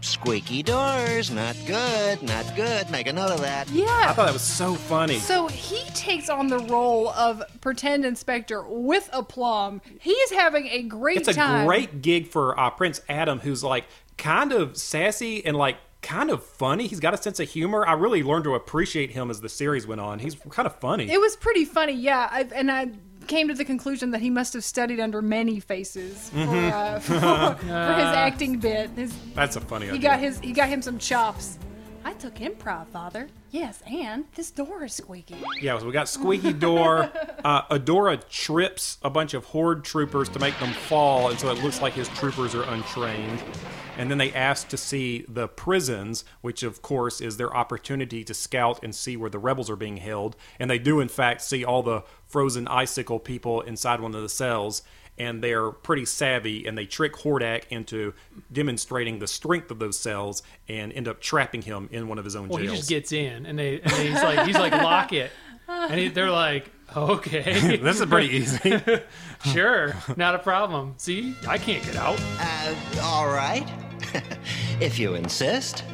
Squeaky doors, not good, not good. Make a note of that.
I
Yeah.
thought that was so funny.
So he takes on the role of pretend inspector with aplomb. He's having a great
it's a
time.
great gig for uh, Prince Adam, who's like kind of sassy and like kind of funny. He's got a sense of humor. I really learned to appreciate him as the series went on. He's kind of funny.
It was pretty funny, yeah. I, and I came to the conclusion that he must have studied under many faces for, uh, [LAUGHS] for, for
[LAUGHS]
his acting bit. His,
That's a funny.
He
idea.
got his. He got him some chops. I took improv, Father. Yes, and this door is squeaky.
Yeah, so we got Squeaky Door. uh, Adora trips a bunch of Horde troopers to make them fall, and so it looks like his troopers are untrained. And then they ask to see the prisons, which of course is their opportunity to scout and see where the rebels are being held. And they do, in fact, see all the frozen icicle people inside one of the cells. And they're pretty savvy, and they trick Hordak into demonstrating the strength of those cells and end up trapping him in one of his own
well, he
jails.
just gets in, and they and he's like he's like lock it, and he, they're like okay,
[LAUGHS] this
[LAUGHS]
is pretty easy.
sure, not a problem. See, I can't get out.
Uh, all right. [LAUGHS] if you insist.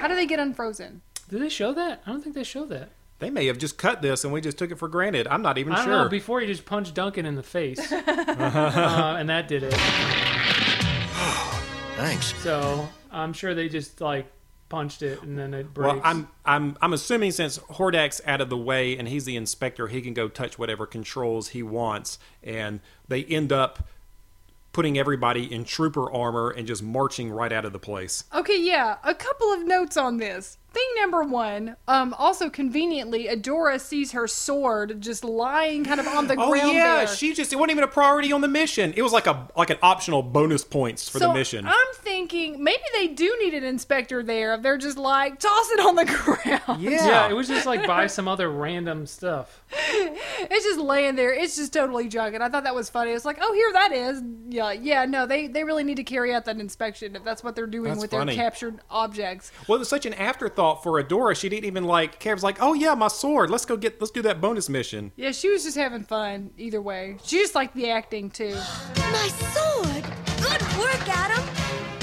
How do they get unfrozen?
Did they show that? I don't think they show that.
They may have just cut this and we just took it for granted. I'm not even
I don't
sure.
know. Before he just punched Duncan in the face,
[LAUGHS]
uh, and that did it.
Thanks.
So I'm sure they just like punched it and then it breaks.
well, I'm I'm I'm assuming since Hordak's out of the way and he's the inspector, he can go touch whatever controls he wants, and they end up putting everybody in trooper armor and just marching right out of the place.
Okay, yeah, a couple of notes on this. Thing number one, um, also conveniently, Adora sees her sword just lying kind of on the
[GASPS] Oh
ground
yeah,
there.
she just it wasn't even a priority on the mission. It was like a like an optional bonus points for
so
the mission.
I'm thinking maybe they do need an inspector there. If they're just like toss it on the [LAUGHS] ground,
yeah. it was just like buy some other random stuff.
it's just laying there. It's just totally junk, and I thought that was funny. It's like, oh, here that is. Yeah, yeah. No, they they really need to carry out that inspection if that's what they're doing
That's
with
funny.
their captured objects.
Well, it was such an afterthought thought for Adora, she didn't even like care. It was like, oh yeah, my sword. Let's go get. Let's do that bonus mission.
Yeah, she was just having fun either way. She just liked the acting too.
My sword! Good work, Adam!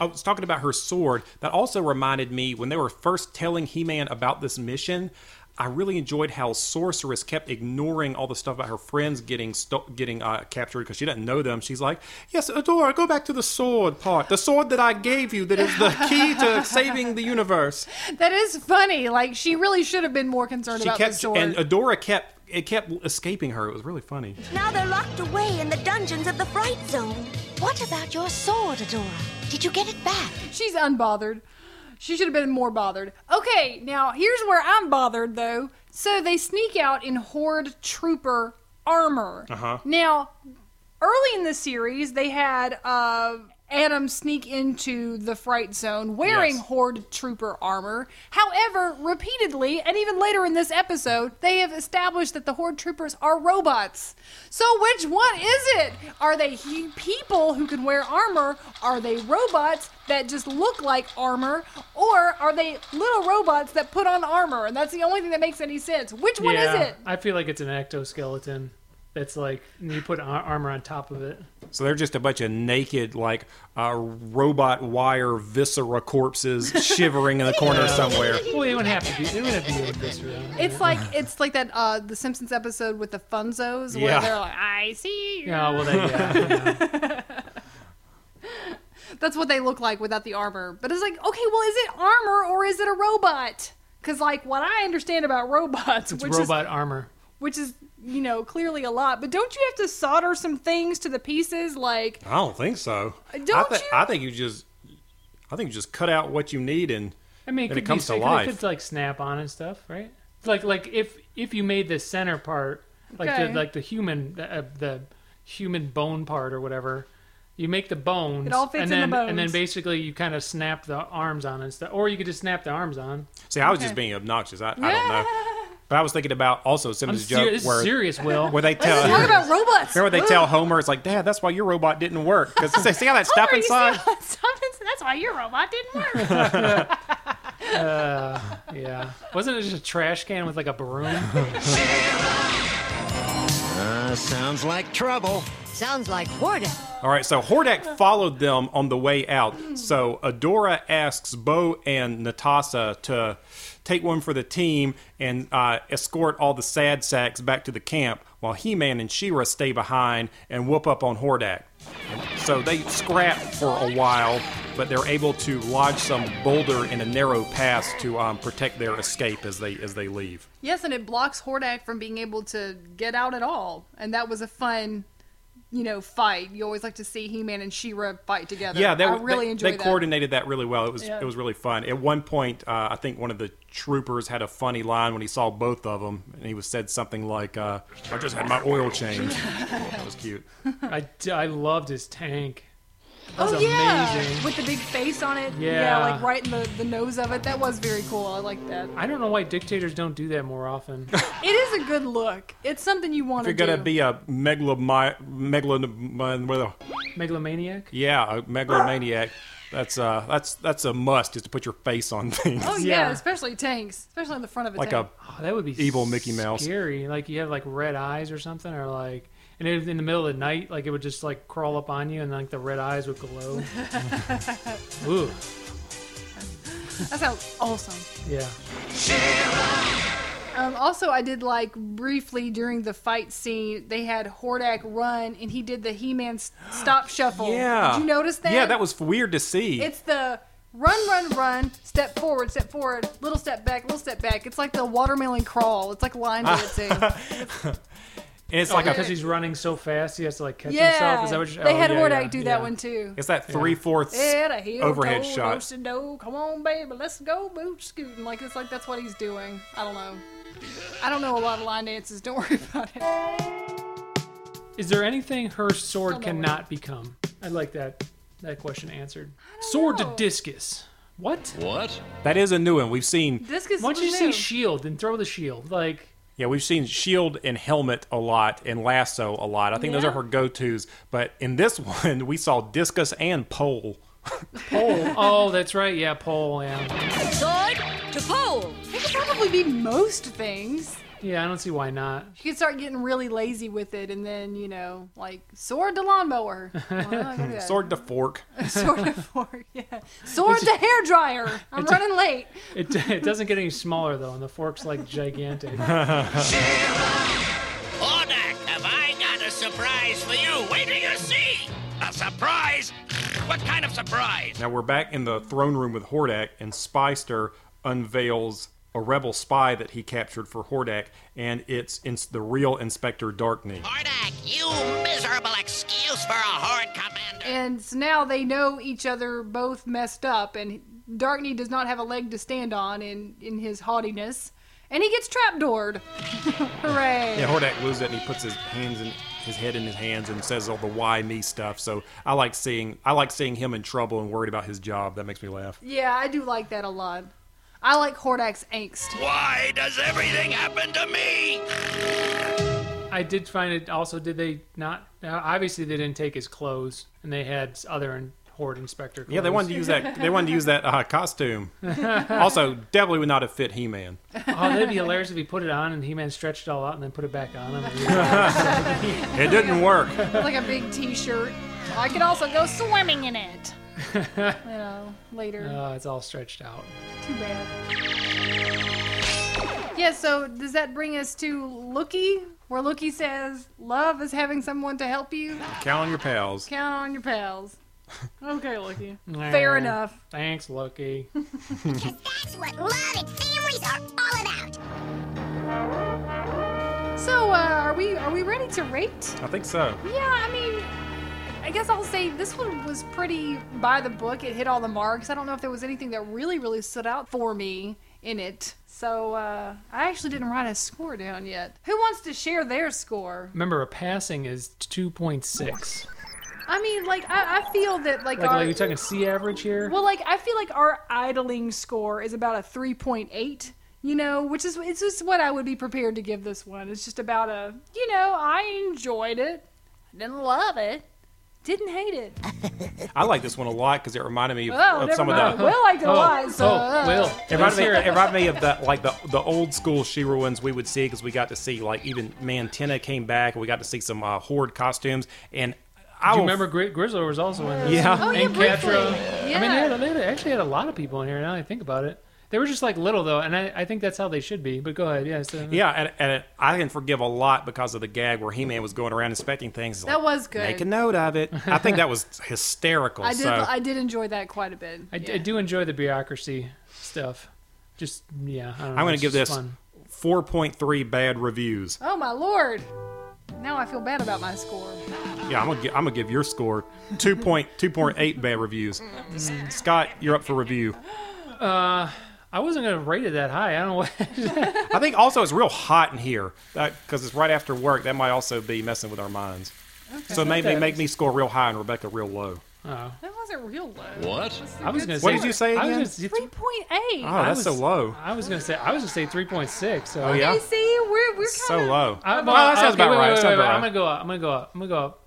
I was talking about her sword. That also reminded me when they were first telling He Man about this mission. I really enjoyed how Sorceress kept ignoring all the stuff about her friends getting sto- getting uh, captured because she doesn't know them. She's like, "Yes, Adora, go back to the sword part. The sword that I gave you that is the key
[LAUGHS]
to saving the universe."
That is funny. Like she really should have been more concerned
She
about
kept
the sword.
and Adora kept it kept escaping her. It was really funny.
Now they're locked away in the dungeons of the Fright Zone. What about your sword, Adora? Did you get it back?
She's unbothered. She should have been more bothered. Okay, now here's where I'm bothered though. So they sneak out in Horde Trooper armor.
Uh-huh.
Now, early in the series, they had uh, Adam sneak into the Fright Zone wearing
Yes.
Horde Trooper armor. However, repeatedly, and even later in this episode, they have established that the Horde Troopers are robots. So, which one is it? Are they he- people who can wear armor? Are they robots that just look like armor? Or are they little robots that put on armor? And that's the only thing that makes any sense. Which one
yeah,
is it?
I feel like it's an ectoskeleton that's like you put ar- armor on top of it.
So they're just a bunch of naked, like uh, robot wire viscera corpses shivering in the
[LAUGHS]
corner somewhere.
Well, it wouldn't have to be. It wouldn't have to be like this, really.
It's like it's like that uh the Simpsons episode with the Funzos where
Yeah.
they're like, I see.
Yeah, well, that, yeah.
That's what they look like without the armor. But it's like, okay, well, is it armor or is it a robot? Because like what I understand about robots,
It's
which
robot
is
armor.
which is you know clearly a lot, but don't you have to solder some things to the pieces? Like
[LAUGHS] I don't think so. I,
Uh, Don't
thi- I think you just, I think you just cut out what you need and.
I mean, it
and
could
it comes
be,
to
it could-
life.
It could like snap on and stuff, right? It's Like like if if you made the center part, like
Okay.
the like the human uh, the human bone part or whatever, you make the bones.
It all fits
and
in the
then, And then
bones.
basically you kind of snap the arms on and stuff, or you could just snap the arms on.
See, I was just being obnoxious. I, I don't
[LAUGHS]
know. But I was thinking about also
I'm
Simpsons
serious.
joke
This is
where
serious, Will.
where they tell [LAUGHS]
talk about robots.
remember they
Ugh. [LAUGHS]
tell Homer it's like Dad, that's why your robot didn't work because they see all that stuff
Homer, you see all
inside.
that [LAUGHS] stuff inside? That's why your robot didn't work.
[LAUGHS]
yeah. Wasn't it just a trash can with like a broom?
Uh, sounds like trouble.
Sounds like [LAUGHS] Warden.
All right, so Hordak followed them on the way out. So Adora asks Bo and Natasa to take one for the team and uh, escort all the sad sacks back to the camp, while He Man and Shira stay behind and whoop up on Hordak. So they scrap for a while, but they're able to lodge some boulder in a narrow pass to um, protect their escape as they as they leave.
Yes, and it blocks Hordak from being able to get out at all. And that was a fun, you know, fight. You always like to see He-Man and She-Ra fight together.
Yeah, they,
I really
they,
enjoy
they
that.
coordinated that really well. It was
Yeah.
it was really fun. At one point, uh, I think one of the troopers had a funny line when he saw both of them, and he was said something like, uh, "I just had my oil changed." that was
[LAUGHS]
cute.
I, I loved his tank. That was
oh yeah,
amazing.
with the big face on it.
Yeah.
like right in the, the nose of it. That was very cool. I like that.
I don't know why dictators don't do that more often. [LAUGHS]
It is a good look. It's something you
If
want
you're
to
gonna
do.
be a megalomi- megalom- well,
Megalomaniac.
yeah, a megalomaniac, that's uh, that's that's a must is to put your face on
[LAUGHS]
things.
oh yeah.
Yeah.
especially tanks, especially on the front of a
Like
tank.
a
Oh, that would be
Evil Mickey Mouse.
Scary. Like you have like red eyes or something, or like, and it, in the middle of the night, like it would just like crawl up on you, and like the red eyes would
[LAUGHS]
glow. Ooh,
that sounds awesome.
yeah.
Um, also, I did like briefly during the fight scene, they had Hordak run and he did the
[GASPS]
He-Man s- stop shuffle.
yeah.
did you notice that?
Yeah, that was weird to see.
It's the run, run, run, step forward, step forward, little step back, little step back. It's like the watermelon crawl. It's like line dancing.
And it's
Oh,
like a
because he's running so fast, he has to like catch
yeah,
himself. Is that what you're,
they
oh,
had
yeah,
Hordak
yeah,
do
yeah.
that one too.
it's that three fourths
Yeah, the heel
overhead
toe,
shot.
nose to nose. Come on, baby, let's go boot scooting. Like it's like that's what he's doing. I don't know. I don't know a lot of line dances. Don't [LAUGHS] worry about it.
Is there anything her sword
Don't know.
cannot become? I like that that question answered. Sword to discus. What?
What?
That is a new one. We've seen
Discus.
Why don't you
was
say
new.
shield and throw the shield?
[LAUGHS]
Like,
Yeah, we've seen shield E and helmet a lot and lasso a lot. I think those [LAUGHS]
Yeah.
are her go tos. But in this one, we saw discus and pole.
Pole. Oh, that's right. Yeah, pole. Yeah.
Sword to pole. It could probably be most things.
Yeah, I don't see why not.
You could start getting really lazy with it, and then you know, like sword
[LAUGHS]
to lawnmower,
Sword to fork.
sword to fork, yeah, sword to hair dryer. I'm running late.
It, [LAUGHS] it doesn't get any smaller though, and the fork's like gigantic.
Ordak, have I got a surprise for you? Wait till you see! A surprise? What kind of surprise?
Now we're back in the throne room with Hordak, and Spyster unveils a rebel spy that he captured for Hordak, and it's, it's the real Inspector Darkney.
Ordak, you miserable excuse for a horde commander!
And so now they know each other both messed up, and Darkney does not have a leg to stand on in in his haughtiness, and he gets trapdoored. [LAUGHS] Hooray!
Yeah, Hordak loses it, and he puts his hands in his head in his hands and says all the why me stuff. So I like seeing I like seeing him in trouble and worried about his job. That makes me laugh.
Yeah, I do like that a lot. I like Hordak's angst.
Why does everything happen to me?
I did find it. Also, did they not? now, Obviously, they didn't take his clothes, and they had other in- horde inspector. Clothes.
Yeah, they wanted to use that. They wanted to use that
[LAUGHS]
uh, costume. also, definitely would not have fit He Man.
Oh, that'd
[LAUGHS]
be hilarious if he put it on and He-Man stretched it all out and then put it back on him.
[LAUGHS] It didn't work.
like a big T-shirt. I could also go swimming in it. you know, later.
Uh, it's all stretched out.
Too bad. Yeah, so does that bring us to Lookie, where Lookie says, Love is having someone to help you?
Count on your pals.
Count on
[LAUGHS]
your pals. Okay, Lookie. Fair
Yeah.
enough.
Thanks, Loki.
That's what love and families are all about.
So, uh, are we are we ready to rate?
I think so.
Yeah, I mean, I guess I'll say this one was pretty by the book. It hit all the marks. I don't know if there was anything that really, really stood out for me in it. So uh, I actually didn't write a score down yet. Who wants to share their score?
Remember, a passing is two point
[LAUGHS]
six.
I mean, like I, I feel that like,
Like,
our
like you're talking C average here.
well, like I feel like our idling score is about a three point eight. You know, which is it's just what I would be prepared to give this one. It's just about a you know I enjoyed it, didn't love it, didn't
[LAUGHS]
hate it.
I like this one a lot because it reminded me of,
Oh,
of
never
some
mind.
of the.
Will I do
oh,
lie, so,
oh,
uh,
Will.
It
Let's
reminded,
[LAUGHS]
me,
hear
it
it.
reminded me of the like the, the old school Shira ones we would see because we got to see like even Mantenna came back and we got to see some uh, horde costumes and I
Do you
will-
remember Gri- Grizzler was also in this?
Oh. [LAUGHS] Yeah.
Oh, yeah,
and
briefly.
Catra.
Yeah.
I mean, they, had, they had- actually had a lot of people in here. Now that I think about it, they were just like little though, and I, I think that's how they should be. But go ahead, yeah. So,
Yeah, and, and it, I can forgive a lot because of the gag where He Man was going around inspecting things. It's
That
like,
was good.
Make a note of it. I think that was hysterical.
I did.
so
I did enjoy that quite a bit.
I, d-
Yeah.
I do enjoy the bureaucracy stuff. Just yeah, I don't know,
I'm going
it's
to give
just
this
fun.
4.3 bad reviews.
Oh my lord! Now I feel bad about my score.
Yeah, I'm going to I'm going to give your score 2.2.8 bad reviews. S- Scott, you're up for review.
I wasn't going to rate it that high. I don't know. What, [LAUGHS]
I think also it's real hot in here because it's right after work. That might also be messing with our minds. So maybe
that
make
is-
me score real high and Rebecca real low.
That wasn't real low.
What?
I was going to say.
What did you say
I
again?
was
Three
going
point eight.
Oh, that's so
was-
low.
to say. I was going to say three point six. So
Oh, yeah.
You see, we're we're
So
kind of
low.
I,
well, that sounds
okay,
about
wait,
right.
wait,
Sounds
wait,
about
wait.
right.
I'm gonna go up. I'm gonna go up. I'm gonna go up.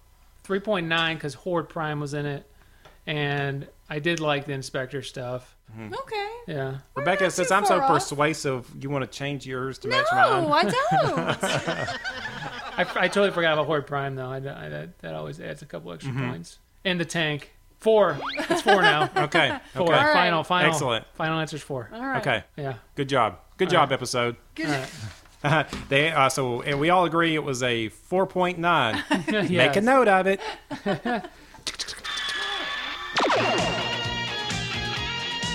Three point nine because Horde Prime was in it, and I did like the Inspector stuff.
okay.
Yeah,
Rebecca,
not
since
too
I'm so
far off.
persuasive, you want to change yours to match
No,
mine? [LAUGHS]
I don't.
I, I totally forgot about Horde Prime though. I, I- that, that always adds a couple extra
Mm-hmm.
points. And the tank four. It's four now. [LAUGHS]
[LAUGHS] Okay.
Four.
Okay.
Final. Final.
Excellent.
Final answer's four.
All right.
Okay.
Yeah.
Good job. Good job, episode.
Good.
[LAUGHS] They uh, so and we all agree it was a 4.9. Make
Yes.
a note of it.
And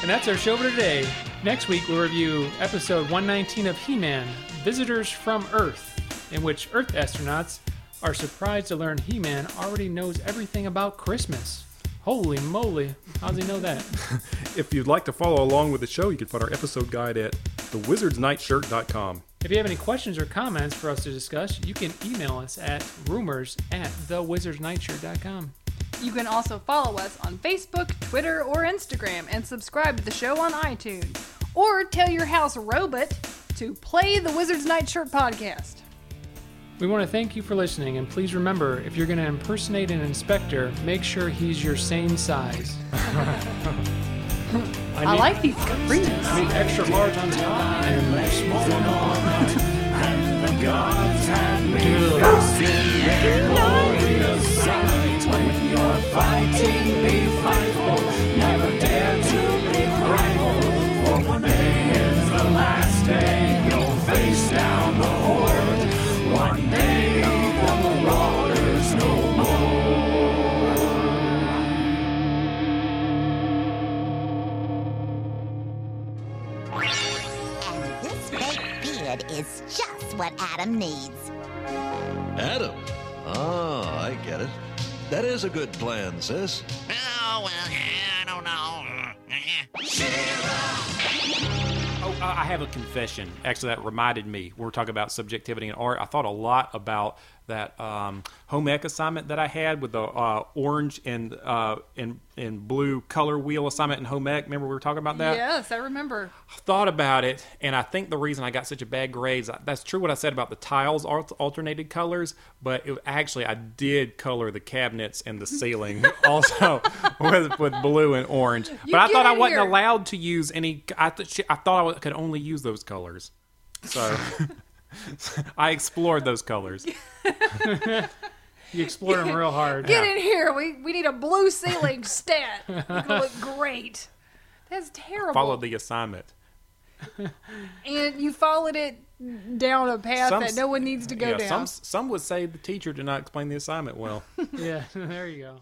that's our show for today. Next week, we'll review episode 119 of He Man Visitors from Earth, in which Earth astronauts are surprised to learn He Man already knows everything about Christmas. Holy moly, how does he know that?
If you'd like to follow along with the show, you can find our episode guide at thewizardsnightshirt.com.
If you have any questions or comments for us to discuss, you can email us at rumors at thewizardsnightshirt.com.
You can also follow us on Facebook, Twitter, or Instagram and subscribe to the show on iTunes. Or tell your house robot to play the Wizard's Night Shirt podcast.
We want to thank you for listening, and please remember if you're going to impersonate an inspector, make sure he's your same size.
I, like these Capri's.
I mean, extra large on top and small on bottom.
This fake beard is just what Adam needs.
Adam? Oh, I get it. That is a good plan, sis.
Oh, well, yeah, I don't know.
Oh, uh, I have a confession. Actually, that reminded me. We are talking about subjectivity in art. I thought a lot about that um, home ec assignment that I had with the uh, orange and uh, and and blue color wheel assignment in home ec. Remember we were talking about that?
Yes, I remember.
thought about it, and I think the reason I got such a bad grades, that's true what I said about the tiles al- alternated colors, but it, actually I did color the cabinets and the
[LAUGHS]
ceiling also with, with blue and orange. but I
get
thought I
in
wasn't
here.
allowed to use any, I, th- shit, I thought I w- could only use those colors. So [LAUGHS] I explored those
[LAUGHS]
colors.
You explore them real hard.
Get in here. We we need a
[LAUGHS]
blue ceiling stat. You gonna look great. That's terrible.
Follow the assignment.
and you followed it down a path
Some-
that no one needs to go
yeah, Some,
down.
some would say the teacher did not explain the assignment well.
Yeah, [LAUGHS] there you go.